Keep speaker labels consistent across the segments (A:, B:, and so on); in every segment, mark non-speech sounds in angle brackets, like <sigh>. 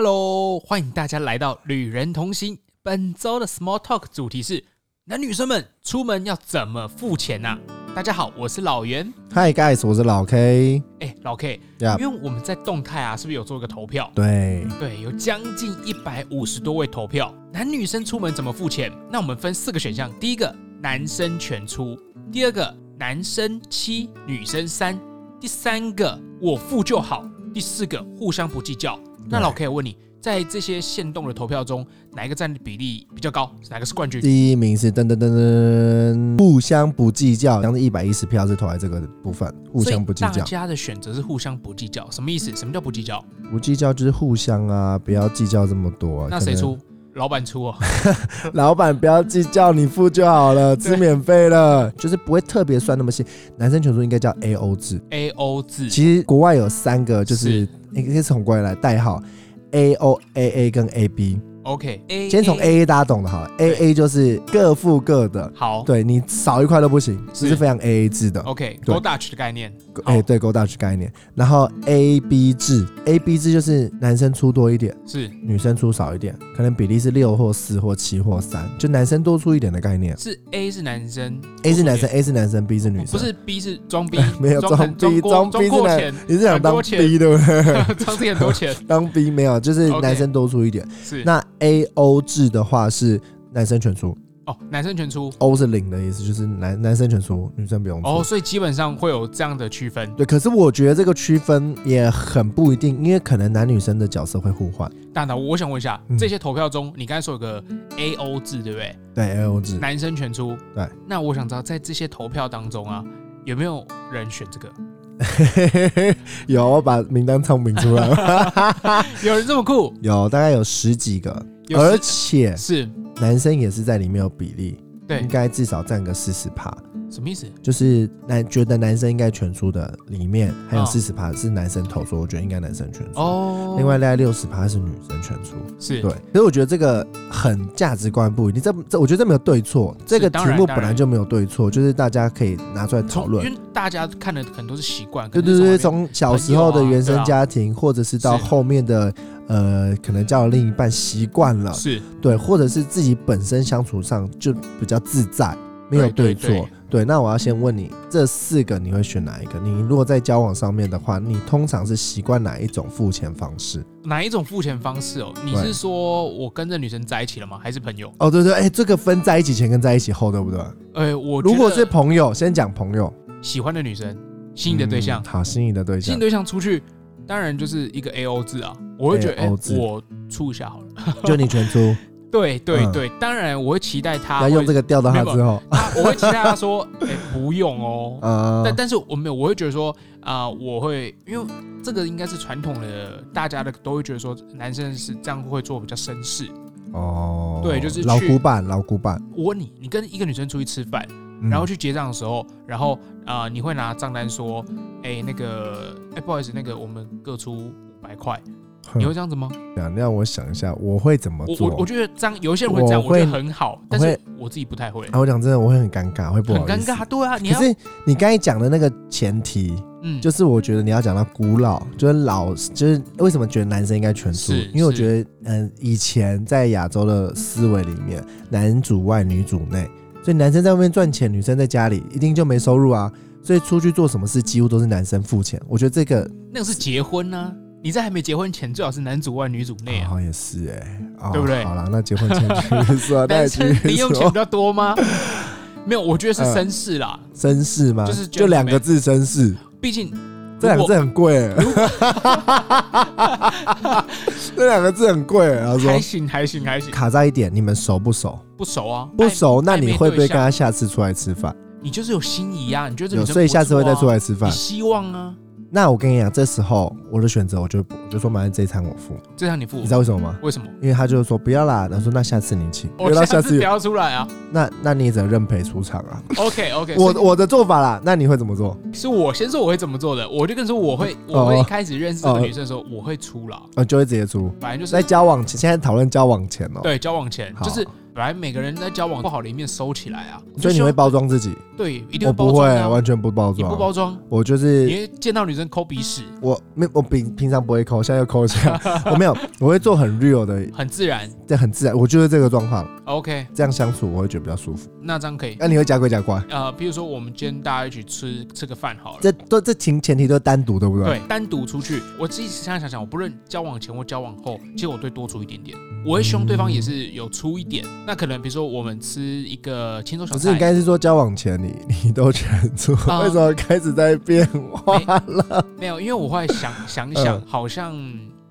A: Hello，欢迎大家来到旅人同行。本周的 Small Talk 主题是男女生们出门要怎么付钱呐、大家好，我是老袁。
B: Hi guys，我是老 K。
A: 哎，老 K，、
B: Yeah
A: 因为我们在动态啊，是不是有做一个投票？
B: 对，
A: 对，有将近一百五十多位投票，男女生出门怎么付钱？那我们分四个选项：第一个，男生全出；第二个，男生七，女生三；第三个，我付就好；第四个，互相不计较。那老 K，我问你，在这些限动的投票中，哪一个占比例比较高？哪个是冠军？
B: 第一名是噔噔噔噔，互相不计较，像是一百一十票是投在这个部分，互相不计
A: 所以大
B: 较。
A: 家的选择是互相不计较，什么意思？什么叫不计较？
B: 不计较就是互相啊，不要计较这么多、啊。
A: 那谁出？老板出哦。
B: 可能？老板不要计较，你付就
A: <laughs>
B: 好了，吃免费了，就是不会特别算那么细。男生全数应该叫 A O 制。
A: A O 制，
B: 其实国外有三个，就是
A: 是
B: 应该是从国外来代号 A O A A 跟 A B。
A: OK，A
B: 先从 A A 大家懂的好了，A A 就是各付各的，
A: 好，
B: 对你少一块都不行，这
A: 是
B: 是非常 A A 制的。
A: OK，Go
B: 对
A: Dutch 的概念。
B: 哎、
A: 好
B: 对，勾大是概念。然后 A B 制，A B 制就是男生出多一点，
A: 是
B: 女生出少一点，可能比例是六或四或七或三，就男生多出一点的概念。
A: 是 A 是男生
B: A 是男生，A 是男生，B 是女生。
A: 哦不，是 B 是装逼
B: <laughs> ，没有
A: 装
B: 装
A: 很
B: B，
A: 过
B: 装 B
A: 装
B: 是
A: 过
B: 男
A: 钱，，
B: 你是想
A: 很多
B: 当
A: 钱
B: B 对不 <laughs> 对？
A: 装自己很多钱
B: <laughs> 当 B 没有，就是
A: OK
B: 男生多出一点。
A: 是
B: 那 A O 制的话是男生全出
A: 哦，男生全出
B: ，O 是零的意思，就是男男生全出，女生不用出。
A: 哦，所以基本上会有这样的区分。
B: 对，可是我觉得这个区分也很不一定，因为可能男女生的角色会互换。
A: 大脑，我想问一下，
B: 嗯
A: 这些投票中，你刚才说有个 A O 制，对不对？
B: 对，A 哎 O 制。
A: 男生全出，
B: 嗯对。
A: 那我想知道，在这些投票当中啊，有没有人选这个？
B: 嘿嘿嘿， <laughs> 有，我把名单唱明出来了。 <laughs>
A: 有人这么酷？
B: 有，大概有十几个，
A: 有
B: 而
A: 是
B: 且
A: 是
B: 男生也是在里面有比例，
A: 对
B: 应该至少占个四十趴。
A: 什么意思？
B: 就是男觉得男生应该全出的里面，还有
A: 嗯
B: 四十趴是男生投出，我觉得应该男生全出。
A: 哦，
B: 另外大概六十趴是女生全出。
A: 是
B: 对，所以我觉得这个很价值观不一定，这这我觉得这没有对错，这个
A: 当
B: 题
A: 然
B: 目
A: 当
B: 本来
A: 然
B: 就没有对错，就是大家可以拿出来讨
A: 从
B: 论
A: 因。为大家看的可能都是习惯，
B: 对
A: 可能
B: 对
A: 是
B: 对，
A: 从啊
B: 从小时候的原生家庭，或者是到
A: 是
B: 后面的呃，可能交了另一半习惯
A: 外
B: 了
A: 面，是
B: 对，或者是自己本身相处上就比较自在，没有
A: 对对
B: 错。
A: 对
B: 对，那我要先问你，这四个你会选哪一个？你如果在交往上面的话，你通常是习惯哪一种付钱方式？
A: 哪一种付钱方式哦？你
B: 对
A: 是说我跟这女生在一起了吗？还是朋友？
B: 哦，对对，哎，这个分在一起前跟在一起后，对不对？
A: 呃，我觉
B: 如
A: 得
B: 果是朋友，先讲朋友，
A: 喜欢的女生，心仪的对象
B: 嗯，好，心仪的对
A: 心仪
B: 象
A: 对象出去，当然就是一个 A O 制啊。我会觉得，哎
B: AO，制
A: 我出一下好了。
B: 就你全出，
A: 对对
B: 嗯
A: 对，当然我会期待他
B: 要用这
A: 个，
B: 个钓到他
A: 啊没有
B: 之后，
A: 他我会期待他
B: <laughs>
A: 说，哎，不用哦。
B: 呃，
A: 但但是我没有，我会觉得说啊，我会因为这个应该是传统的，大家的都会觉得说男生是这样会做比较绅士。
B: 哦，
A: 对就是
B: 老
A: 去
B: 古板，老古板。
A: 我问你，你跟一个女生出去吃饭，
B: 嗯
A: 然后去结账的时候，然后啊、呃你会拿账单说，哎、那个，哎、不好意思，那个我们各出五百块，
B: 哼
A: 你会这样子吗？
B: 想让我想一下，我会怎么
A: 我
B: 做？
A: 我我觉得这样，有一些人会这样，我
B: 哦我会
A: 觉得很好，但
B: 我
A: 是
B: 会
A: 我自己不太会，
B: 啊，我讲真的，我会很尴尬，会不
A: 很
B: 好
A: 尴
B: 意思。
A: 尬，对啊，你要
B: 可，是你刚才讲的那个前提，
A: 嗯，
B: 就是我觉得你要讲到古老，就是老，就是为什么觉得男生应该全出
A: 是？
B: 因为我
A: 是
B: 觉得，嗯、以前在亚洲的思维里面，男主外女主内，所以男生在外面赚钱，女生在家里一定就没收入啊。所以出去做什么事，几乎都是男生付钱。我觉得这个
A: 那个是结婚呢、你在还没结婚前，最好是男主外女主内啊。
B: 好像也是哎、哦
A: 对不对
B: 好啦，那结婚前去 <laughs> 说，那
A: 单
B: 也
A: 身
B: 去
A: 零用
B: 说
A: 钱比较多
B: <laughs>
A: 吗？没有，我觉得是
B: 嗯
A: 绅士啦，
B: 绅士吗？
A: 就是
B: 就两个字绅士，
A: 毕竟
B: 这两个字很
A: <laughs>
B: 贵。这两个字很贵。然后
A: 还
B: 说
A: 行还行还行，
B: 卡在一点，你们熟不熟？
A: 不熟啊，
B: 不
A: 哎，
B: 熟，那
A: 暧昧
B: 你会不
A: 对
B: 会
A: 象
B: 跟他下次出来吃饭？
A: 你就是有心仪啊，你觉得这
B: 有，
A: 女生
B: 所以
A: 不
B: 下次会
A: 错
B: 再
A: 啊
B: 出来吃
A: 你
B: 饭。
A: 希望啊，
B: 那我跟你讲，这时候我的选择，我就我就说，马上这一餐我付。
A: 这让你付
B: 你知，道为什么吗？
A: 为什么？
B: 因为他就说不要啦，然后说那下次你请，因
A: <laughs> 我
B: 为到
A: 哦下次
B: 次
A: 不要出来啊。
B: 那那你也只能认赔出场啊。
A: OK
B: <laughs>
A: OK，
B: 我
A: 我
B: 我的做法啦，那你会怎么做？
A: 是我先说我会怎么做的，我就跟你说我会，
B: 哦
A: 我会一开始认识这个女生的时候，我会出啦，
B: 我就会直接出。
A: 反正就
B: 在
A: 是
B: 交往前，现在讨论交往前哦。
A: 对交往前，
B: 好，
A: 就是本来每个人在交往不好的一面收起来啊，
B: 所以你
A: 就希
B: 会
A: 望
B: 包装自己？
A: 对，一定会
B: 我
A: 包
B: 不会
A: 装、，啊，
B: 完全不包
A: 你
B: 装。
A: 不包装，
B: 我就
A: 你
B: 是
A: 会见到女生抠鼻屎，
B: 我没我平平常不会抠，现在又抠
A: <laughs>
B: 一下。我没有，我会做很 real 的，
A: 很自然。
B: 这很自然。我就是这个状况，
A: OK，
B: 这样相处我会觉得比较舒服。
A: 那这样可以。
B: 那、你会假鬼假怪？
A: 呃，比如说我们今天大家一起吃吃个饭好了。
B: 这都这前前提都是单独，对不对？
A: 对，单独出去，我自己现在想想，我不论交往前或交往后，
B: 嗯
A: 其实我对多出一点点，我会希望对方也是有出一点。那可能比如说我们吃一个青州小
B: 不是，应
A: 菜，
B: 该是说交往前你 <laughs> 你都全做，
A: 啊
B: 为什么开始在变化了？
A: 没有，因为我后来
B: <laughs>
A: 想想一
B: 嗯
A: 想，好像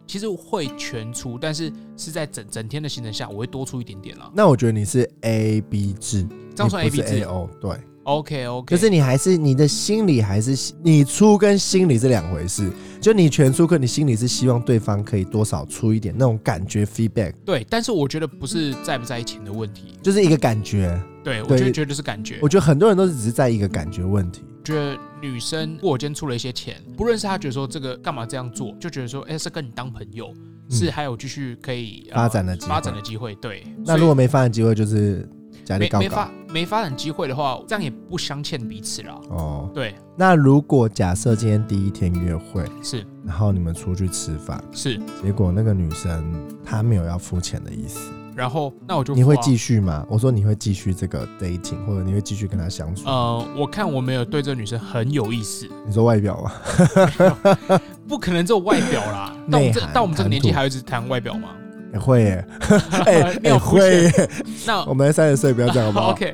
A: 其实会全出，但是是在整整天的行程下，我会多出一点点了。
B: 那我觉得你是 A B 制，
A: 这样算
B: 你
A: A
B: 不是
A: B
B: A
A: 制
B: O 对，
A: ？OK OK，
B: 就是你还是你的心里还是你出跟心里是两回事，就你全出，可你心里是希望对方可以多少出一点那种感觉 feedback，
A: 对，但是我觉得不是在不在一起的问题，
B: 就是一个感觉。
A: 对我
B: 对
A: 就觉得是感觉。
B: 我觉得很多人都是只是在意一个感觉问题，
A: 觉得女生，
B: 嗯
A: 如果我今天出了一些钱，不论是她觉得说这个干嘛这样做，就觉得说，哎、是跟你当朋友，是还有继续可以、
B: 嗯
A: 呃
B: 发展的机会
A: 发展的机会。对，
B: 那如果没发展机会，就是
A: 所
B: 家
A: 以
B: 里
A: 没
B: 告
A: 没
B: 告
A: 发没发展机会的话，这样也不相欠彼此啦。
B: 哦。
A: 对，
B: 那如果假设今天第一天约会，
A: 是
B: 然后你们出去吃饭，
A: 是，
B: 结果那个女生她没有要付钱的意思，
A: 然后那我就
B: 你会
A: 付啊
B: 继续吗？我说你会继续这个 dating，或者你会继续跟她相处？
A: 呃，我看我没有对这个女生很有意思，
B: 你说外
A: <laughs>
B: 表吗？
A: 不可能只有外表啦。到我们这
B: <laughs> 内涵
A: 到我们这个年纪
B: 谈吐
A: 还会一直谈外表吗？
B: 也
A: <laughs>
B: 会耶，哎、
A: 没
B: 也
A: 有肤
B: 会
A: 浅
B: 耶，
A: 那
B: 我们三十岁不要这样好不
A: <laughs>
B: 好？
A: OK，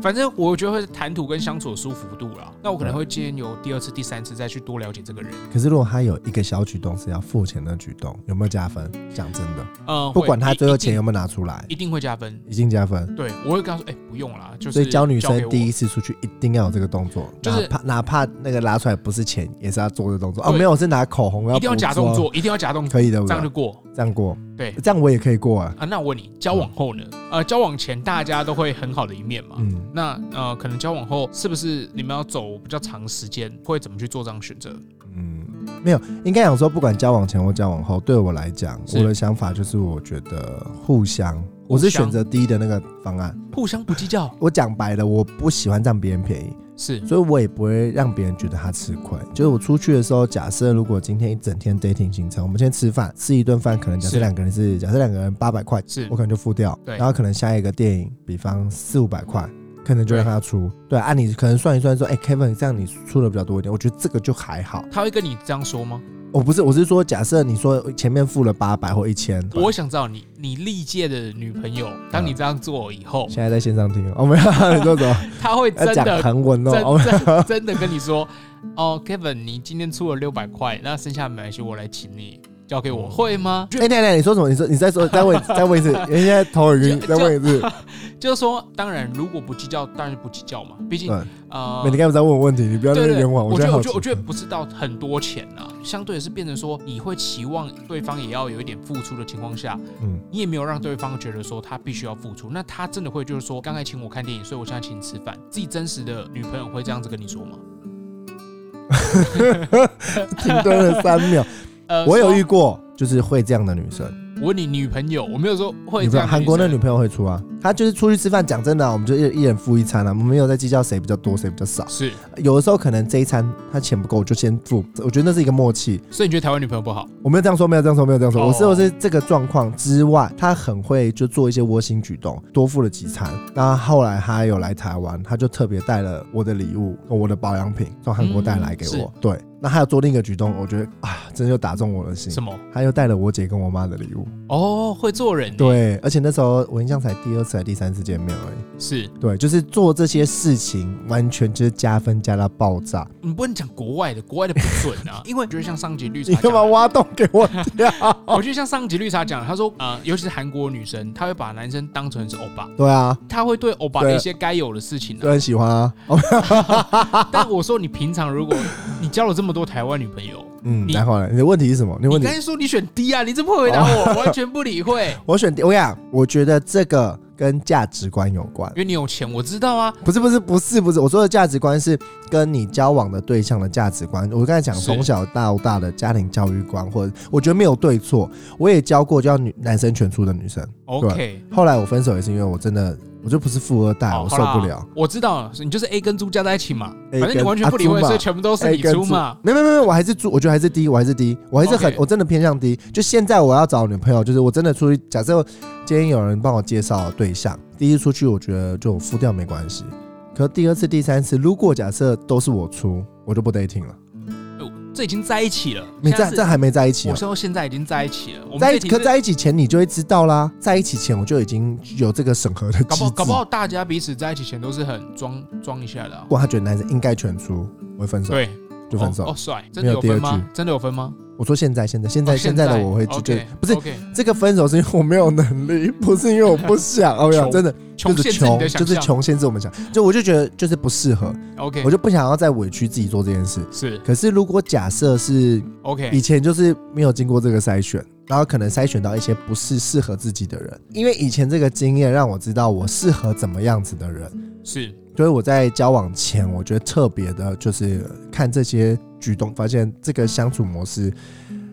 A: 反正我觉得会谈吐跟相处的舒服度啦。那我可能会建议有第二次、第三次再去多了解这个人。
B: 可是如果她有一个小举动是要付钱的举动，有没有加分？讲真的，
A: 嗯，
B: 不管她最后钱
A: 有
B: 有没有拿出来，
A: 一定会加分。
B: 已经加分。
A: 对，我会跟他说，哎、不用啦，就是
B: 所以教女生第
A: 一，
B: 一次出去一定要有这个动作，
A: 就是
B: 哪怕哪怕那个拉出来不是钱，也是要做的动作。哦，
A: 对
B: 没有，是拿口红要
A: 一定要
B: 补啊
A: 假
B: 妆
A: 动，作，一定要假
B: <laughs>
A: 动作，
B: 可以的，
A: 这
B: 这
A: 样就
B: 样
A: 过。
B: 这样过，
A: 对
B: 这样我也可以过啊。
A: 啊，那我问你，交往后呢？呃，交往前大家都会很好的一面嘛。
B: 嗯，
A: 那呃，可能交往后是不是你们要走比较长时间，会怎么去做这样的选择？
B: 嗯，没有，应该讲说，不管交往前或交往后，对我来讲，
A: 是
B: 我的想法就是，我觉得互相，我
A: 互
B: 是
A: 相
B: 选择第一的那个方案。
A: 互相不计较，
B: 我讲白了，我不喜欢占别人便宜，
A: 是
B: 所以我也不会让别人觉得他吃亏。就是我出去的时候，假设如果今天一整天 dating 行程，我们先吃饭，吃一顿饭，可能假
A: 是
B: 设两个人是假设两个人八百块，
A: 是
B: 我可能就付掉。
A: 对
B: 然后可能下一个电影，比方四五百块。可能就让他出，对啊，你可能算一算说，哎、k e v i n 这样你出的比较多一点，我觉得这个就还好。
A: 他会跟你这样说吗？
B: 我不是，我是说，假设你说前面付了八百或一千，
A: 我想知道你你历届的女朋友，
B: 嗯
A: 当你这样做以后， <laughs>
B: 现在在线上听哦，没有，你说什么？
A: 她会真
B: 要讲
A: 的
B: 韩文哦，哦
A: 真
B: <laughs>
A: 真真的跟你说，哦，Kevin，你今天出了六百块，那剩下没关系，我来请你，交给我，会吗？
B: 哎，奶奶，你说什么？你说你再说，再问，再问一次，人家在头很晕，
A: 就
B: 再问一次。
A: 就是说，当然如果不计较，当然就不计较嘛，毕竟
B: 对
A: 呃
B: 每，天该不在问我问题，你不要在
A: 对
B: 那
A: 对
B: 边
A: 对，
B: 圆谎。
A: 我
B: 现
A: 觉
B: 在
A: 得
B: 好
A: 我
B: 奇
A: 觉得我觉得不是到很多钱啊，相对的是变成说，你会期望对方也要有一点付出的情况下， <laughs>
B: 嗯，
A: 你也没有让对方觉得说他必须要付出，那他真的会就是说，刚才请我看电影，所以我现在请你吃饭。自己真实的女朋友会这样子跟你说吗？
B: 停顿了三秒。
A: 呃
B: <laughs> <laughs> 我有
A: 说
B: 遇过，就是会这样的女生。
A: 呃我问你女朋友，我没有说会
B: 女
A: 这
B: 朋友，
A: 样。
B: 韩国那女，朋友会出啊，她就是出去吃饭，讲真的啊，我们就一一人付一餐啊，我们没有在计较谁比较多，谁比较少。
A: 是，
B: 有的时候可能这一餐她钱不够，我就先付，我觉得那是一个默契。
A: 所以你觉得台湾女朋友不好？
B: 我没有这样说，没有这样说，没有这样说。
A: 哦
B: 我是我是这个状况之外，他很会就做一些窝心举动，多付了几餐。那后来他有来台湾，他就特别带了我的礼物，我的保养品从韩国带来给
A: 嗯是
B: 我。对，那他有做另一个举动，我觉得啊，真的就打中我的心
A: 什。么？
B: 他又带了我姐跟我妈的礼物，
A: 哦，会做人。，
B: 对，而且那时候我印象才第二次还第三次见面而已。
A: 是
B: 对，就是做这些事情，完全就是加分加到爆炸。
A: 你不能讲国外的，国外的不准
B: <laughs>
A: 啊，因为觉得像上集绿茶
B: 你
A: 讲的，
B: 干嘛挖洞给
A: <laughs>
B: 我跳？
A: 我觉得像上集绿茶讲的，他说呃，尤其是韩国女生，她会把男生当成是欧巴，
B: 对啊，
A: 她会对欧巴的
B: 对
A: 一些该有的事情、
B: 就
A: 啊。
B: 很喜欢啊。
A: 但我说你平常如果你交了这么多台湾女朋友，
B: 嗯，
A: 你
B: 来好了，你的问题是什么？你的
A: 你
B: 问题哦
A: 刚，才说你选 D 啊，你怎么会回答我？完全不理
B: <laughs>
A: 会，
B: 我选 D。我跟你讲，我觉得这个跟价值观有关
A: 因。为你有钱，我知道啊。
B: 不是不是不是不是，我说的价值观是跟你交往的对象的价值观。我刚才讲
A: 是
B: 从小到大的家庭教育观，或者我觉得没有对错。我也教过叫女男生全出的女生，
A: OK，
B: 后来我分手也是因为我真的我就不是富二代，
A: 哦好
B: 哎我受不了。，
A: 我知道了，你就是 A 跟猪加在一起嘛，反
B: A
A: 正你
B: 跟
A: 完全
B: 啊
A: 不理会，
B: 猪嘛
A: 所以全部都是你出嘛。
B: 哎没有没有没有，我还是猪，我觉得还是低，我还是低，我还是很
A: OK
B: 我真的偏向低。就现在我要找女朋友，就是我真的出去，假设今天有人帮我介绍对象，第一次出去我觉得就我付掉没关系，可第二次、第三次，如果假设都是我出，我就不 dating 了。
A: 呃这已经在一起了，
B: 没
A: 现在
B: 在，
A: 是
B: 这还没在一起、
A: 我
B: 哦。
A: 说现在已经在一起了，我们
B: 在
A: 这
B: 一
A: 题
B: 可
A: 是
B: 在一起前你就会知道啦，在一起前我就已经有这个审核的机
A: 搞不好
B: 制。
A: 搞不好大家彼此在一起前都是很装装一下的啊
B: 如。果他觉得男生应该全出，我会分手，
A: 对，
B: 就分手。
A: 哦，哦帅，真
B: 没
A: 的有
B: 有第
A: 分
B: 二句
A: 吗？真的有分吗？
B: 我说现在现在现在、
A: 哦
B: 现在的我会就就
A: OK，
B: 不是
A: OK，
B: 这个分手是因为我没有能力，不是因为我
A: <laughs>
B: 不想。哦，我想
A: 嗯穷
B: 真的
A: 穷
B: 就是
A: 限制你
B: 穷，
A: 的
B: 就
A: 想
B: 是
A: 象。
B: 穷限制我们想。就我就觉得就是不适合，
A: OK，
B: 我就不想要再委屈自己做这件事。
A: 是
B: 可是如果假设是
A: OK，
B: 以前就是没有经过这个筛选，然后可能筛选到一些不是适合自己的人，因为以前这个经验让我知道我适合怎么样子的人，
A: 是
B: 所以我在交往前，我觉得特别的就是看这些举动，发现这个相处模式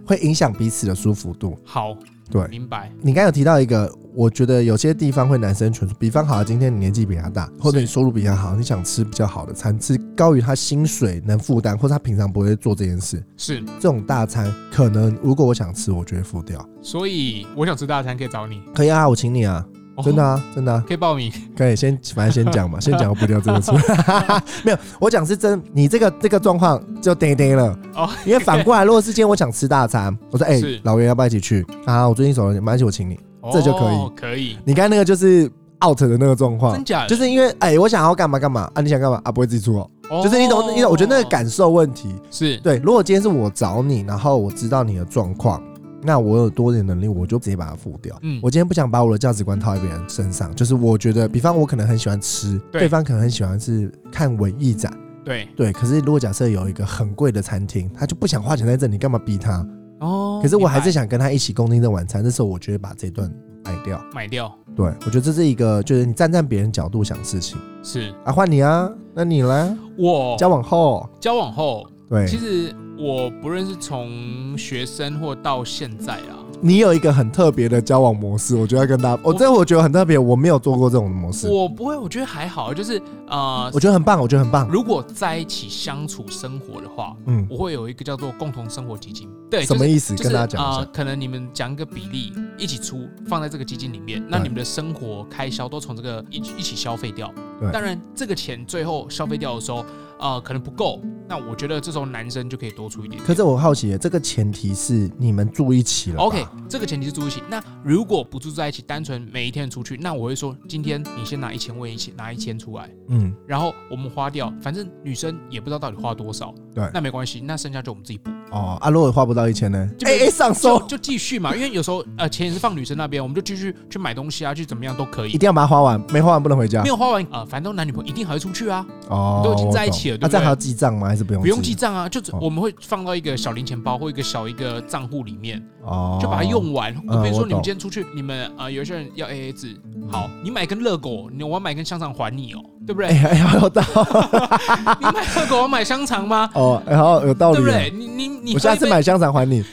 B: 会影响彼此的舒服度。
A: 好，
B: 对
A: 明白。
B: 你刚刚有提到一个，我觉得有些地方会男生全出，比方好，今天你年纪比他大，或者你收入比他好，你想吃比较好的餐，吃高于他薪水能负担，或者他平常不会做这件事，
A: 是，
B: 这种大餐可能如果我想吃，我就会付掉。
A: 所以我想吃大餐可以找你，
B: 可以啊，我请你啊，
A: 哦
B: 真的啊，真的啊，
A: 可以报名。
B: 可以先，反正先讲嘛，先讲我不掉这个出， <laughs> 没有，我讲是真，你这个这个状况就呆呆了
A: 哦
B: 因为反过来，如果是今天我想吃大
A: <laughs>
B: 餐，我说哎、
A: 是
B: 老袁要不要一起去啊？我最近手头没关系，我请你。 <laughs> 这就可以
A: 哦，可以，
B: 你刚才那个就是 out 的那个状况
A: 真，假的？
B: 就是因为哎、我想要干嘛干嘛啊，你想干嘛啊，不会自己出哦，
A: 哦嗯
B: 就是你懂，你懂，我觉得那个感受问题。
A: 是
B: 对，如果今天是我找你，然后我知道你的状况，那我有多点能力，我就直接把它付掉。
A: 嗯
B: 我今天不想把我的价值观套在别人身上，就是我觉得，比方我可能很喜欢吃，
A: 对
B: 对方可能很喜欢是看文艺展，
A: 对
B: 对。可是如果假设有一个很贵的餐厅，他就不想花钱在这，你干嘛逼他？
A: 哦。
B: 可是我还是
A: 明
B: 想跟他一起共进这晚餐，这时候我就会把这段买掉。
A: 白买掉，
B: 对，我觉得这是一个，就是你站在别人角度想事情
A: 是
B: 啊，换你啊，那你来
A: 我
B: 交往后，
A: 交往后，
B: 对，
A: 哦其实我不论是从学生或到现在啊啦，
B: 你有一个很特别的交往模式，我觉得要跟大家，我、
A: 我
B: 这我觉得很特别，我没有做过这种模式，
A: 我不会，我觉得还好，就是呃
B: 我，觉得很棒，我觉得很棒。
A: 如果在一起相处生活的话，
B: 嗯，
A: 我会有一个叫做共同生活基金，对，
B: 什
A: 就是
B: 么意思？
A: 就
B: 跟
A: 是
B: 大家讲一
A: 呃
B: 下。
A: 可能你们讲一个比例一起出，放在这个基金里面，那
B: 对
A: 你们的生活开销都从这个一起一起消费掉
B: 对。
A: 当然，这个钱最后消费掉的时候，呃，可能不够，那我觉得这时候男生就可以多出一点点。
B: 可是我好奇耶，这个前提是你们住一起了吧
A: OK，这个前提是住一起。那如果不住在一起，单纯每一天出去，那我会说，今天你先拿一千，我也一起拿一千出来，
B: 嗯，
A: 然后我们花掉，反正女生也不知道到底花多少，
B: 对
A: 那没关系，那剩下就我们自己补。
B: 哦，啊，如果花不到一千呢？
A: 就
B: 哎哎，上
A: 就
B: 收，
A: 就继续嘛，因为有时候呃钱也是放女生那边，我们就继续去买东西啊，去怎么样都可
B: 一
A: 以。
B: 定要把它花完，没花完不能回家
A: 没。有花完啊、呃，反正都男女朋友一定还会出去啊，
B: 哦，
A: 都已经在一起了
B: 我
A: 对不对
B: 懂啊，这样还要记账吗？还是不用？
A: 不用记，账啊，就只
B: 哦
A: 我们会放到一个小零钱包或一个小一个账户里面，
B: 哦，
A: 就把它用完。
B: 嗯
A: 比如
B: 我
A: 说你们
B: 懂
A: 今天出去，你们呃有一些人要 AA 制，
B: 嗯
A: 好，你买根热狗，你我要买根香肠还你哦，对不
B: 哎。 <laughs>
A: 对？
B: 哎呀，有道
A: 你买热狗，我买香肠吗？
B: 哦，然后有道
A: 对
B: 理
A: 不
B: 了。
A: 对？你你你，
B: 我下次买香肠还
A: <laughs>
B: 你，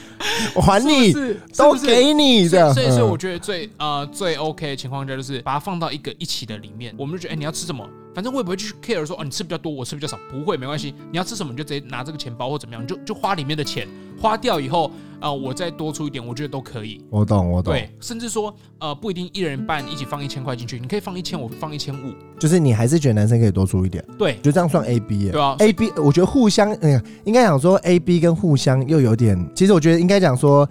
B: 我还
A: 是
B: 你，
A: 不是
B: 都
A: 是不是
B: 给你
A: 所以
B: 的。
A: 所以，
B: 嗯
A: 所以我觉得最呃最 OK 的情况下就是把它放到一个一起的里面，我们就觉得哎、你要吃什么，反正我也不会去 care 说哦你吃比较多，我吃比较少，不会没关系，你要吃什么你就直接拿这个钱包或怎么样，你就就花里面的钱，花掉以后啊、呃我再多出一点，我觉得都可以。
B: 我懂，我懂。
A: 对，甚至说呃不一定一人半一起放一千块进去，你可以放一千，我放一千五，
B: 就是你还是觉得男生可以多出一点，
A: 对
B: 就这样算 A B 耶、
A: 对啊，
B: A B，我觉得互相，嗯，应该讲说 A B 跟互相又有点，其实我觉得应该讲说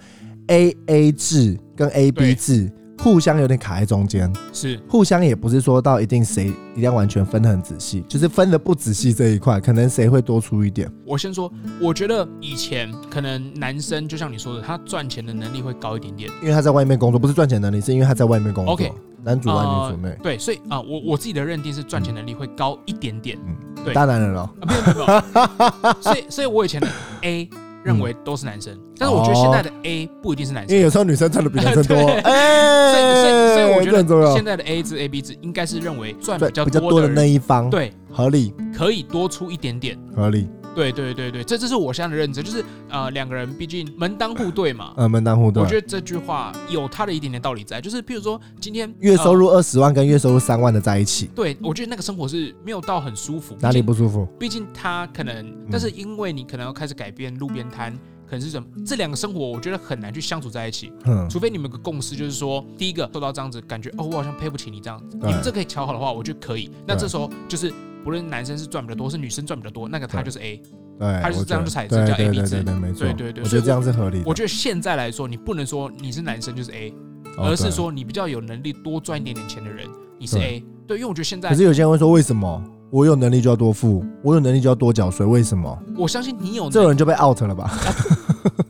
B: A A 制跟 A
A: 对
B: B 制互相有点卡在中间，
A: 是
B: 互相也不是说到一定谁一定要完全分得很仔细，就是分的不仔细这一块，可能谁会多出一点。
A: 我先说，我觉得以前可能男生就像你说的，他赚钱的能力会高一点点。
B: 因为他在外面工作，不是赚钱能力，是因为他在外面工作。
A: OK
B: 男主外
A: 啊，
B: 女主内，
A: 对，所以啊、我我自己的认定是赚钱能力会高一点点，
B: 嗯
A: 对
B: 当然了咯， <laughs>
A: 啊，没有没有没有，所以所以我以前的 A 认
B: 嗯
A: 为都是男生，但是我觉得现在的
B: 哦
A: A 不一定是男
B: 因
A: 生
B: 为，有时候女生赚的比男生多，
A: <laughs> 对
B: 哎，
A: 所以所以所以我觉
B: 这很重
A: 得
B: 要
A: 现，在的 A 制 A B 制应该是认为赚
B: 对
A: 比较
B: 比较多的
A: 的
B: 那
A: 人，
B: 一方，，
A: 对，
B: 合理
A: 可以多出一点点。
B: 合理，
A: 对对对对，这这是我现在的认知，就是呃两个人毕竟门当户对嘛，
B: 呃，门当户对
A: 我。觉得这句话有它的一点点道理在，就是譬如说今天
B: 月收
A: 呃
B: 入二十万跟月收入三万的在一起，
A: 对我觉得那个生活是没有到很舒服，
B: 哪里不舒服？
A: 毕竟他可
B: 嗯
A: 能，但是因为你可能要开始改变路边摊，可能是什么？这两个生活我觉得很难去相处在一起，
B: 嗯，
A: 除非你们有个共识，就是说，第一个受到这样子感觉，哦，我好像配不起你这样，你
B: 对
A: 们这可以调好的话，我觉得可以。那
B: 对
A: 这时候就是。不论男生是赚比较多，是女生赚比较多，那个他就是 A。
B: 对，
A: 他就是
B: 我
A: 这样
B: 觉
A: 就才
B: 得
A: 这叫
B: 对
A: A B
B: 对对
A: 制
B: 对对，没错，
A: 对对对
B: 我觉
A: 所以
B: 得
A: 我
B: 这样是合理的。
A: 我觉得现在来说，你不能说你是男生就是 A，
B: 哦
A: 而是
B: 对
A: 说你比较有能力多赚一点点钱的人，你是
B: 对
A: A。对，因为我觉得现在
B: 可是有些人会说，为什么我有能力就要多付，我有能力就要多缴税？为什么？
A: 我相信你有
B: 这
A: 能
B: 种人就被 out 了吧？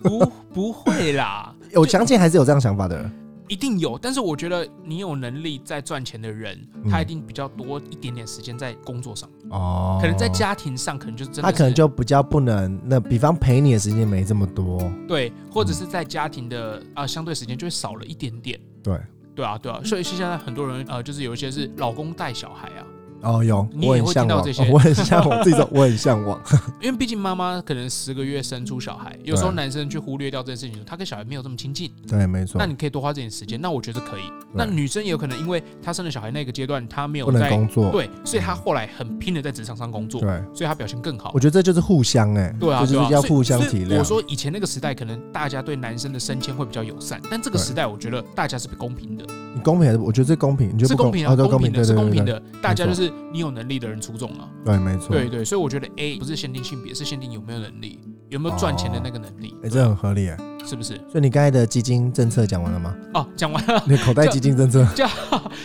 A: 不不会啦，
B: 我相信还是有这样想法的人。
A: 一定有，但是我觉得你有能力在赚钱的人，
B: 嗯
A: 他一定比较多一点点时间在工作上，
B: 哦，
A: 可能在，家庭上，可能就真的
B: 他可能
A: 是
B: 就比较不能。那比方陪你的时间没这么多，
A: 对，或者是在家庭的啊、相对时间就会少了一点点。
B: 对。
A: 对啊，对啊，所以现在很多人呃，就是有一些是老公带小孩啊，
B: 哦，有，
A: 你也
B: 我很
A: 会
B: 向
A: 听到
B: 往
A: 这些，
B: 我很向往，自己说我很向往。
A: 因为毕竟妈妈可能十个月生出小孩，有时候男生去忽略掉这件事情，他跟小孩没有这么亲近，
B: 对，没错
A: 那，你可以多花这点时间，那我觉得可以。那女生也有可能因为她生了小孩那个阶段，她没有
B: 不能
A: 在
B: 工作。
A: 对，所以她后来很拼的在职场上工作，
B: 对，
A: 所以她表现更好
B: 我。觉得这就是互相哎，
A: 对啊，
B: 这
A: 对
B: 就
A: 啊
B: 是要
A: 所以
B: 互相
A: 所以
B: 体谅。
A: 我说以前那个时代，可能大家对男生的升迁会比较友善，但这个
B: 对
A: 时代，我觉得大家是不公平的，
B: 你公平还是不？我觉得这公平，你觉得
A: 是
B: 不
A: 公平
B: 哦
A: 啊，
B: 对
A: 公平
B: 平，对
A: 的，是
B: 对
A: 公
B: 对
A: 平
B: 对，
A: 的。大家就是你有能力的人出众啊，
B: 对，没错，
A: 对对，所以我觉得 A 不是限定性别，是限定有没有能力，有没有赚钱的那个能力，
B: 哎，这很合理哎。
A: 是不是？
B: 所以你刚才的基金政策讲完了吗？
A: 哦，讲完了， <laughs>
B: 你的口袋基金政策，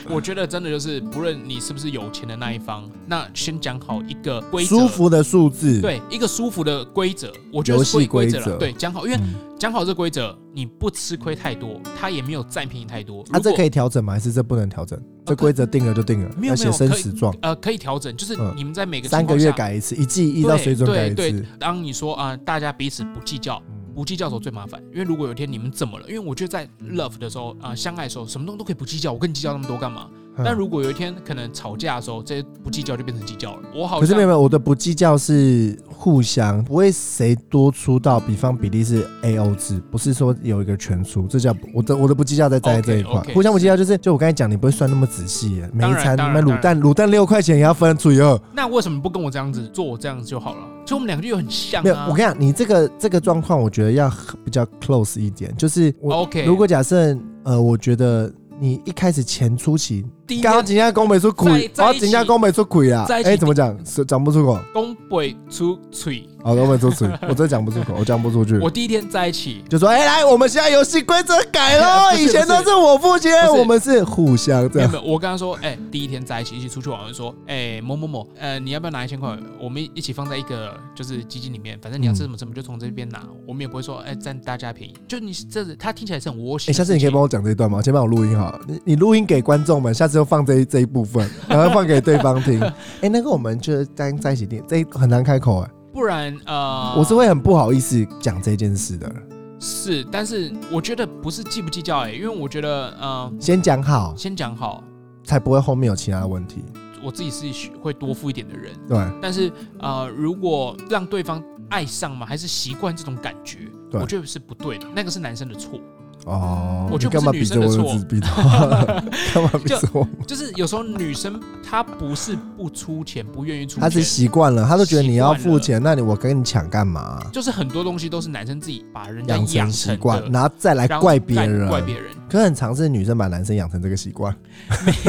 A: 我觉得真的就是，不论你是不是有钱的那一方，那先讲好一个规则，
B: 舒服的数字，，
A: 对一个舒服的规则，我觉得
B: 游
A: 是
B: 戏
A: 规
B: 规
A: 则
B: 则
A: 了，对，讲好，因为
B: 嗯，
A: 讲好这规则，你不吃亏太多，他也没有占便宜太多。
B: 啊，这可
A: 以
B: 以调整吗？还是这不能调整？这
A: 可
B: 规则定了就定了，
A: 没有
B: 要
A: 没
B: 写
A: 有
B: 生
A: 可以
B: 死状，
A: 呃可以调整，就是
B: 嗯
A: 你们在每个
B: 三
A: 情
B: 个
A: 况下。
B: 月改一次，一季依照水准改一
A: 对
B: 次。
A: 当你说啊、呃大家彼此不计较，
B: 嗯
A: 不计较的时候最麻烦。因为如果有一天你们怎么了，因为我觉得在 love 的时候啊、呃相爱的时候，什么东西都可以不计较，我跟你计较那么多干嘛？
B: 嗯
A: 但如果有一天可能吵架的时候，这些不计较就变成计较了。我好
B: 可是
A: 像
B: 没有没有，我的不计较是互相，不会谁多出到，比方比例是 A O 制，不是说有一个全出，这叫我的我的不计较在在
A: OK，
B: 这一块，
A: OK，
B: 互相不计较就是就我刚才讲，你不会算那么仔细耶，每一
A: 当然
B: 餐
A: 当然
B: 买
A: 当
B: 卤
A: 然
B: 蛋卤蛋六块钱也要分哦除以二，
A: 那为什么不跟我这样子做，我这样子就好了？其实我们两个就有很像
B: 没有，
A: 啊。
B: 我跟你讲，你这个这个状况，我觉得要比较 close 一点，就是我
A: 哦 OK，
B: 如果假设呃，我觉得你一开始前初期，
A: 第一
B: 刚
A: 个
B: 刚人家宫没出鬼，
A: 在
B: 啊，
A: 在一起
B: 人家宫没出鬼啊，
A: 在一起
B: 哎，怎么讲？是讲不出口，
A: 东北出嘴，
B: 好，宫没出
A: <laughs>
B: 嘴，我真的讲不出口，我讲不出去。
A: 我第一天在一起，
B: 就说，哎，来，我们现在游戏规则改喽，
A: 不是
B: 以前哎都是我付钱，
A: 不是
B: 我们是互相这
A: 没有
B: 样
A: 没。有，我跟他说，哎、第一天在一起一起出去玩，我就说，哎、某某某，呃，你要不要拿一千块？我们一起放在一个就是基金里面，反正你要吃什么什么就从这边拿，我们也不会说，哎、占大家便宜。就你这他听起来是很窝心
B: 哎，
A: 的
B: 下
A: 事情。
B: 次你可以帮我讲这一段吗？先帮我录音好了，你你录音给观众们，下次就放这一这一部分， <laughs> 然后放给对方听。哎，那个我们就是在在一起练，这一很难开口哎。
A: 不然呃，
B: 我是会很不好意思讲这件事的。
A: 是，但是我觉得不是计不计较、哎，因为我觉得，呃，
B: 先讲好，
A: 先讲好，
B: 才不会后面有其他的问题。
A: 我自己是会多付一点的人，
B: 对
A: 但是呃，如果让对方爱上嘛，还是习惯这种感觉，
B: 对啊
A: 我觉得是不对的，那个是男生的错。
B: 哦，
A: 我
B: 你
A: 就不
B: 干
A: 是
B: 嘛
A: 女
B: 比着
A: 生的
B: 我
A: 错
B: 的自闭症？ <laughs> 干嘛比着我？
A: 就是有时候女生她不是不出钱，不愿意出
B: 他是
A: 钱，
B: 习惯了，他都觉得你要付钱，那你我跟你抢干嘛？
A: 就是很多东西都是男生自己把人家
B: 养
A: 养
B: 成
A: 成
B: 习
A: 的，
B: 惯，然后再来
A: 然后
B: 怪
A: 再
B: 别人。
A: 怪别人。
B: 可很常是女生把男生养成这个习惯。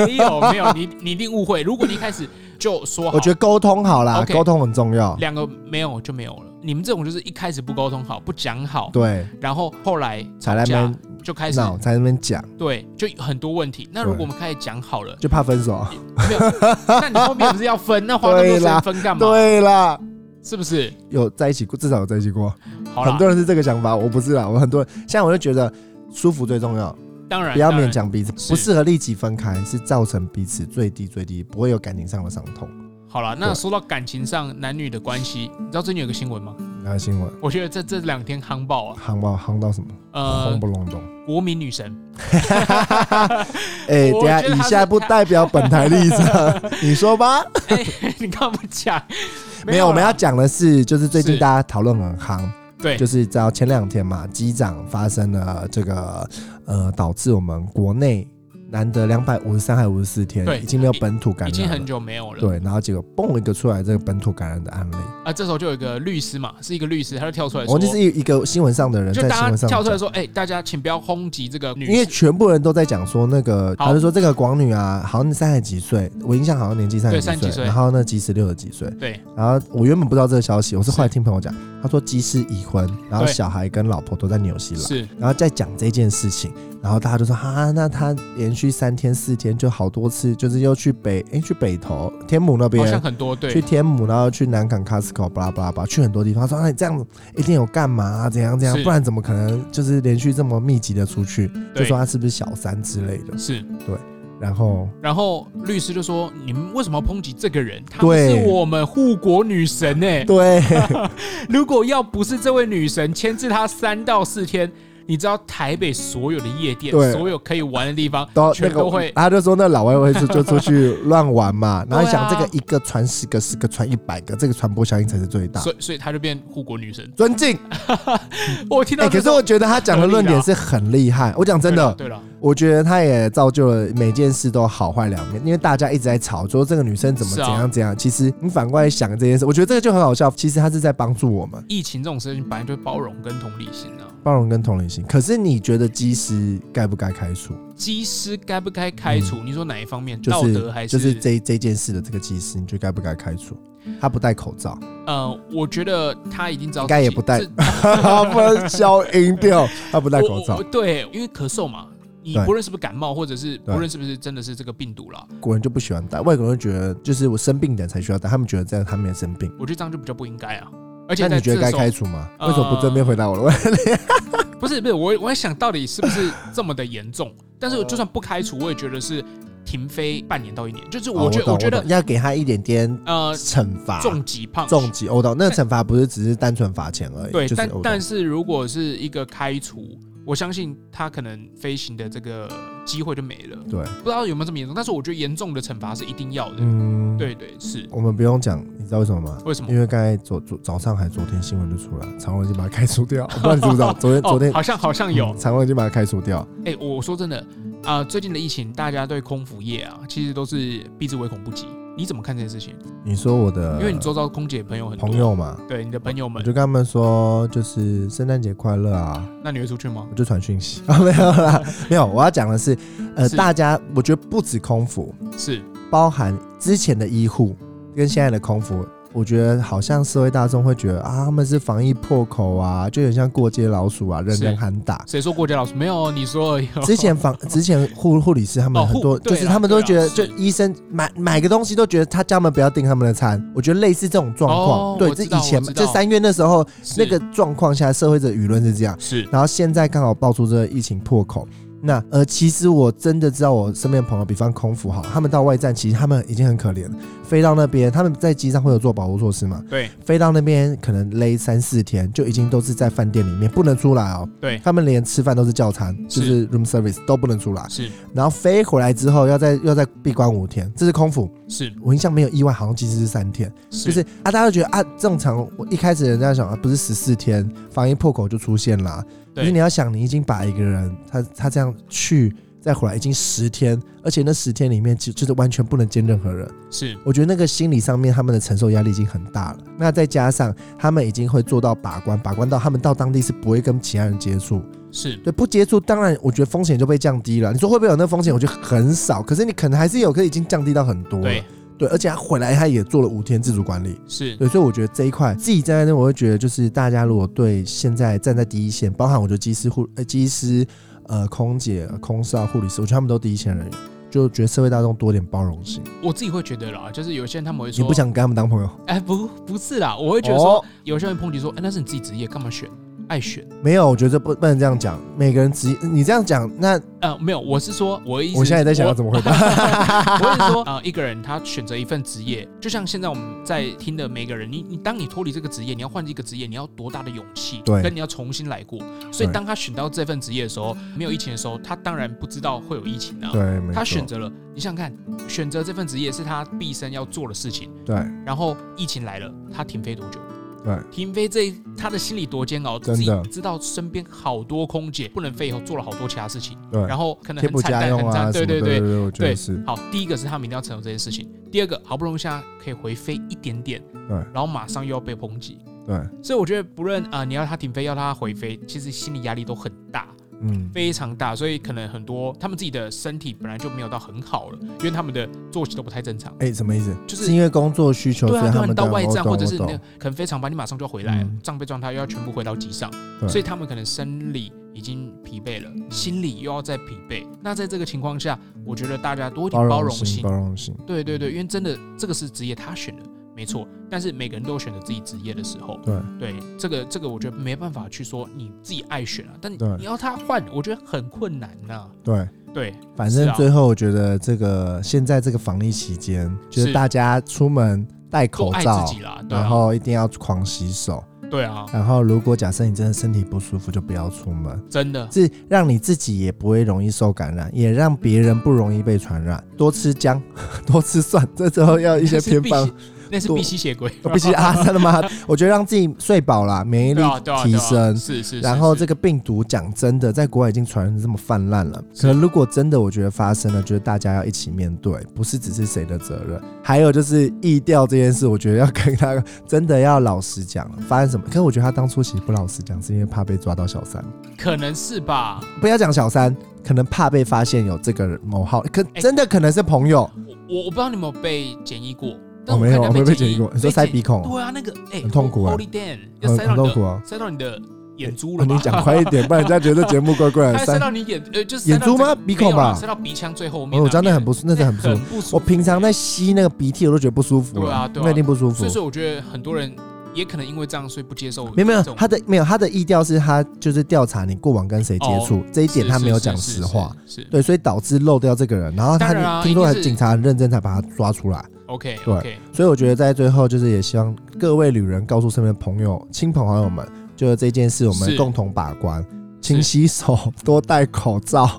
A: 没有没有，你你一定误会。如果你一开始就说好，
B: 我觉得沟通好啦，
A: OK
B: 沟通很重要。
A: 两个没有就没有了。你们这种就是一开始不沟通好，不讲好，
B: 对，
A: 然后后来
B: 才来那
A: 吵
B: 边
A: 就开始
B: 闹，才在那边讲，
A: 对，就很多问题。那如果我们开始讲好了，
B: 就怕分手。
A: 没有，那你后面不是要分？那花那么多
B: 对啦
A: 钱分干嘛？
B: 对啦，
A: 是不是？
B: 有在一起过，至少有在一起过。
A: 好
B: 很
A: 啦，
B: 多人是这个想法，我不是啦，我很多人现在我就觉得舒服最重要，
A: 当然
B: 不要
A: 哎当然
B: 勉强彼此，
A: 是
B: 不适合立即分开，是造成彼此最低最低，不会有感情上的伤痛。
A: 好了，那
B: 对
A: 说到感情上男女的关系，你知道最近有个新闻吗？
B: 哪个新闻？
A: 我觉得这这两天夯爆啊，
B: 夯到夯到什么？
A: 呃
B: 轰，不隆咚！
A: 国民女神， <laughs>
B: 哎，
A: 我
B: 等一下
A: 觉得
B: 以
A: 他是
B: 下不
A: 他
B: 代表本台立
A: <laughs>
B: 场，你说吧。
A: 你干嘛不讲？
B: 没有，我们
A: 啦
B: 要讲的是，就是最近
A: 是
B: 大家讨论很夯，
A: 对
B: 就是知道前两天嘛，机长发生了这个呃，导致我们国内难得两百五十三还五十四天
A: 对，
B: 已经没有本土感染了，
A: 已经很久没有了。
B: 对，然后结果蹦一个出来这个本土感染的案例，
A: 啊，这时候就有一个律师嘛，是一个律师，他就跳出来
B: 我
A: 说，
B: 哦就是一一个新闻上的人
A: 就
B: 在新
A: 大
B: 闻
A: 家
B: 上
A: 跳出来
B: 讲，
A: 说，哎，大家请不要抨击这个女
B: 因为
A: 性，
B: 全部人都在讲说那个，
A: 好
B: 他就说这个广女啊，好像三十几岁，我印象好像年纪三十
A: 对
B: 几
A: 30几岁
B: 岁，然后呢，即使六十几岁，
A: 对，
B: 然后我原本不知道这个消息，我是后来
A: 是
B: 听朋友讲，他说即使已婚，然后
A: 对
B: 小孩跟老婆都在纽西兰，
A: 是
B: 然后再讲这件事情，然后大家就说哈，那他连续三天四天就好多次，就是又去北诶，去北投天母那
A: 好像
B: 边。
A: 很多对
B: 去，天母，然后去南港 Costco，巴拉巴拉巴拉，去很多地方。他说：“那啊你这样子一定有干嘛、啊？怎样怎样？
A: 是
B: 不然怎么可能就是连续这么密集的出去？就
A: 对嗯
B: 说他是不是小三之类的
A: 是。？”
B: 然后
A: 然后律师就说，你们为什么要抨击这个人？她是
B: 对
A: 我们护国女神欸呢、
B: 对，
A: 如果要不是这位女神牵制她三到四天。你知道台北所有的夜店，
B: 对
A: 所有可以玩的地方，
B: 都那
A: 全
B: 个
A: 都会
B: 他就说那老外会出就出去乱玩嘛，然后
A: <laughs> 对啊
B: 想这个一个传十个，十个传一百个，这个传播效应才是最大。
A: 所以所以她就变护国女神。
B: 尊敬，
A: 我听
B: 哎、
A: 到这
B: 可
A: 个、
B: 是我觉得他讲的论点是很厉害。我讲真的，
A: 对了，对啊了
B: 我觉得他也造就了每件事都好坏两面，因为大家一直在吵说这个女生怎么
A: 是
B: 怎
A: 啊
B: 样怎样。其实你反过来想这件事，我觉得这个就很好笑。其实他是在帮助我们
A: 疫情这种事情本来就包容跟同理心啊。
B: 包容跟同理心。可是你觉得机师该不该开除？
A: 机师该不该开除？你说哪一方面？
B: 就
A: 道德
B: 是
A: 还
B: 就是这这件事的这个机师，你觉得该不该开除？他不戴口
A: <laughs>
B: 罩，
A: 呃，我觉得他已经知道
B: 应
A: 自
B: 该
A: 己
B: 也不戴
A: 这
B: 不能消音掉，他不戴口
A: 我
B: 罩
A: 我，对，因为咳嗽嘛，你
B: 对
A: 不论是不是感冒，或者是不
B: 对
A: 论是不是真的是这个病毒啦，
B: 国人就不喜欢戴，外国人就觉得就是我生病的人才需要戴，他们觉得这样他们也生病。
A: 我觉得这样就比较不应该啊。而且
B: 那
A: 在
B: 你觉得
A: 这
B: 该
A: 种
B: 开除吗？
A: 呃
B: 为什么不正面回答我的问题？
A: 不是不是，我我在想到底是不是这么的严重？但是就算不开除，我也觉得是停飞半年到一年，就是我觉
B: 哦懂
A: 我觉得
B: 懂要给他一点点
A: 呃
B: 惩罚，
A: 重疾胖
B: 重击殴打。那个惩罚不是只是单纯罚钱而已，
A: 对，
B: 就是
A: 但
B: 殴打
A: 但是如果是一个开除，我相信他可能飞行的这个机会就没了。
B: 对，
A: 不知道有没有这么严重，但是我觉得严重的惩罚是一定要的。
B: 嗯，，
A: 对对是，
B: 我们不用讲，你知道为什么吗？
A: 为什么？
B: 因为刚才昨昨早上还昨天新闻就出来，长荣已经把它开除掉，我不知道你知不
A: <laughs>
B: 知道？昨天昨天
A: 哦、好像好像有，
B: 嗯长荣已经把它开除掉，
A: 哎、我说真的啊、最近的疫情，大家对空服业啊，其实都是避之唯恐不及。你怎么看这件事情？
B: 你说我的，
A: 因为你周遭空姐朋友很多，
B: 朋友嘛，
A: 对你的朋友
B: 我
A: 们
B: 就，跟他们说，就是圣诞节快乐啊，
A: 那你会出去吗
B: 我？就传讯息 <laughs> 啊，没
A: <laughs>
B: 有啦，没有。我要讲的是，呃，
A: 是
B: 大家我觉得不止空服，
A: 是
B: 包含之前的医护跟现在的空服，我觉得好像社会大众会觉得啊，他们是防疫破口啊，就很像过街老鼠啊，人
A: 是
B: 人喊打。
A: 谁说过家老师没有？你说而已哦
B: 之前防之前护护理师他们
A: 哦
B: 很多，
A: 护对
B: 就
A: 啦
B: 是他们都觉得，就
A: 对啦是
B: 医生买买个东西都觉得他叫他们不要订他们的餐，我觉得类似这种状
A: 哦
B: 况，对，
A: 我
B: 这
A: 知道
B: 以前
A: 我知道
B: 这三月那时候
A: <laughs> 是
B: 那个状况下，社会的舆论是这样。
A: 是
B: 然后现在刚好爆出这个疫情破口。那呃，其实我真的知道，我身边的朋友，比方空服好，他们到外站，其实他们已经很可怜了，飞到那边，他们在机上会有做保护措施嘛？
A: 对
B: 飞到那边可能勒三四天，就已经都是在饭店里面不能出来哦。
A: 对
B: 他们连吃饭都是叫餐，就是 room service 都不能出来。
A: 是
B: 然后飞回来之后，要再要再闭关五天，这是空服。
A: 是
B: 我印象没有意外，好像其实是三天。
A: 是
B: 就是啊，大家都觉得啊，正常。我一开始人家想啊，不是十四天防疫破口就出现了啊，可
A: 对
B: 是你要想，你已经把一个人他他这样去再回来已经十天，而且那十天里面就就是完全不能见任何人。
A: 是
B: 我觉得那个心理上面他们的承受压力已经很大了。那再加上他们已经会做到把关，把关到他们到当地是不会跟其他人接触，
A: 是
B: 对，不接触，当然我觉得风险就被降低了。你说会不会有那风险？我觉得很少，可是你可能还是有，可是已经降低到很多了。
A: 对
B: 对，而且他回来他也做了五天自主管理。
A: 是
B: 对，所以我觉得这一块自己站在那，我会觉得就是大家如果对现在站在第一线，包含我觉得机师护呃机师呃空姐、空少、护理师，我觉得他们都第一线人员，就觉得社会大众多点包容性。
A: 我自己会觉得啦，就是有些人他们会
B: 你哦
A: 说
B: 不想跟他们当朋友？
A: 哎、不不是啦，我会觉得说、有些人抨击说，哎、那是你自己职业，干嘛选？爱选。
B: 没有，我觉得不不能这样讲。每个人只你这样讲，那
A: 呃，没有，我是说，我的意思，
B: 我现在也在想要怎么
A: <laughs>
B: 回 <laughs> 答。
A: 我是说，呃，一个人他选择一份职业，
B: 嗯
A: 就像现在我们在听的每个人，你你当你脱离这个职业，你要换一个职业，你要多大的勇气，
B: 对
A: 跟你要重新来过。所以
B: 对
A: 当他选到这份职业的时候，没有疫情的时候，他当然不知道会有疫情啊。
B: 对，没
A: 他
B: 错
A: 选择了，你想想看，选择这份职业是他毕生要做的事情。
B: 对
A: 然后疫情来了，他停飞多久？
B: 对，
A: 停飞这一他的心里多煎熬，
B: 真
A: 自
B: 的
A: 己知道身边好多空姐不能飞以后做了好多其他事情，
B: 对，
A: 然后可能
B: 贴
A: 很
B: 补
A: 惨
B: 家
A: 淡，
B: 用
A: 很
B: 啊，
A: 惨，
B: 什么
A: 对对
B: 的
A: 对。
B: 对，我觉得是
A: 好，第一个是他们一定要承受这件事情，第二个好不容易现在可以回飞一点点，
B: 对
A: 然后马上又要被抨击，
B: 对，
A: 所以我觉得不论啊、呃你要他停飞，要他回飞，其实心理压力都很大。
B: 嗯，
A: 非常大，所以可能很多他们自己的身体本来就没有到很好了，因为他们的作息都不太正常。
B: 哎，什么意思？
A: 就是
B: 是因为工作需求，
A: 对
B: 所
A: 啊，对
B: 以
A: 啊，
B: 他
A: 你
B: 们
A: 到
B: 当
A: 外
B: 我
A: 站
B: 懂
A: 或者
B: 我
A: 是那
B: 懂
A: 个可能非常班，你马上就要回来了
B: 嗯，
A: 账备状态又要全部回到机上，
B: 对
A: 所以他们可能生理已经疲惫了，心理又要再疲惫。那在这个情况下，我觉得大家多一点包容
B: 心，
A: 心
B: 包，容心，
A: 对对对，因为真的这个是职业他选的，没错。但是每个人都有选择自己职业的时候，
B: 对
A: 对，这个这个我觉得没办法去说你自己爱选啊，但你
B: 对
A: 你要他换，我觉得很困难呐、
B: 对。
A: 对，
B: 反
A: 是
B: 正
A: 啊
B: 最后我觉得这个现在这个防疫期间，就是是大家出门戴口
A: 都爱
B: 罩
A: 自，己啦，对
B: 然
A: 啊，
B: 后一定要狂洗手，
A: 对啊，
B: 然后如果假设你真的身体不舒服，就不要出门。
A: 真的，
B: 是让你自己也不会容易受感染，也让别人不容易被传染。多吃姜， <laughs> 多吃蒜，这时候要一
A: <laughs>
B: 些
A: 那是
B: 偏
A: 避
B: 方
A: 邪。那是
B: 多
A: 鼻吸血鬼，
B: 哦不行啊，真的吗？我觉得让自己睡饱啦，免疫力
A: 对啊，对啊，
B: 提
A: 对啊
B: 升。
A: 是是，
B: 然后这
A: 个
B: 个病毒讲真的，在国外已经传染这么泛滥了。
A: 是
B: 可能如果真的，我觉得发生了，觉得大家要一起面对，不是只是谁的责任。还有就是疫调这件事，我觉得要跟他真的要老实讲了，发生什么？可是我觉得他当初其实不老实讲，是因为怕被抓到小三。
A: 可能是吧，
B: 不要讲小三，可能怕被发现有这个人某号，可
A: 哎
B: 真的可能是朋友。
A: 我我我不知道你有没有被检疫过，但
B: 哦，
A: 我
B: 没
A: 看
B: 有，
A: 到
B: 我没被
A: 检
B: 检疫过。你说塞鼻孔，
A: 对啊，那个哎，
B: 很痛苦啊
A: Holy Dan，要
B: 很
A: 塞
B: 很
A: 到
B: 痛
A: 你
B: 苦
A: 的，
B: 啊！
A: 塞到你的眼珠了
B: 哦
A: 吧？
B: 你讲快一点，不然人家觉得这节目怪怪
A: 他
B: 的。
A: 塞
B: 三，
A: 到你眼，呃，就是
B: 眼
A: 塞到
B: 珠吗
A: 整个
B: 鼻孔
A: 没有啦
B: 吧
A: 塞到鼻腔最后面啊。
B: 我真的很
A: 那
B: 不
A: 个，
B: 舒，那真的很不舒服。
A: 不舒服。
B: 我平常在吸那个鼻涕，我都觉得不舒服
A: 对啊
B: 了，
A: 对啊
B: 那一定不舒服
A: 所以。说，我觉得很多人也可能因为这样，所以不接受
B: 没有没有
A: 这，种
B: 他的没有他的意调是他就是调查你过往跟谁接触，这一点他没有讲实话，，
A: 哦是是是是是是
B: 对，所以导致漏掉这个人，然后他
A: 当然啊
B: 听说
A: 一
B: 还
A: 定是
B: 警察很认真才把他抓出来，
A: OK
B: 对
A: OK，
B: 所以我觉得在最后，就是也希望各位旅人告诉身边的朋友、亲朋好友们，就是这件事我们
A: 是
B: 共同把关，勤洗手，多戴口罩，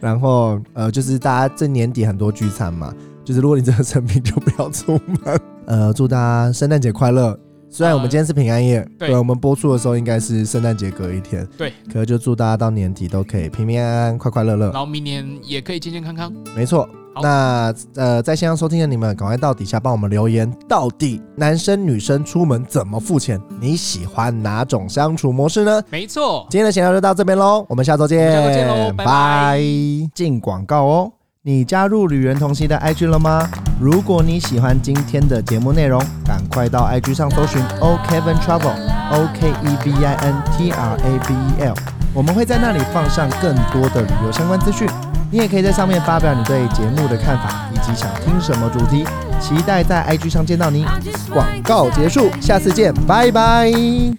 B: 然后呃，就是大家这年底很多聚餐嘛，就是如果你真的生病，就不要出门。呃，祝大家圣诞节快乐。虽然我们今天是平安夜，
A: 对
B: 对，我们播出的时候应该是圣诞节隔一天，
A: 对，
B: 可是就祝大家到年底都可以平平安安、快快乐乐
A: 然。后明年也可以健健康康。
B: 没错。
A: 好
B: 那呃，在线上收听的你们，赶快到底下帮我们留言，到底男生女生出门怎么付钱？你喜欢哪种相处模式呢？
A: 没错，
B: 今天的闲聊就到这边喽，我们下周见，
A: 我们下周见喽拜拜
B: 拜。进广告哦，你加入旅人同行的 IG 了吗？如果你喜欢今天的节目内容，赶快到 IG 上搜寻 O Kevin Travel O K E V I N T R A V E L，我们会在那里放上更多的旅游相关资讯。你也可以在上面发表你对节目的看法，以及想听什么主题。期待在 IG 上见到你。广告结束，下次见，拜拜。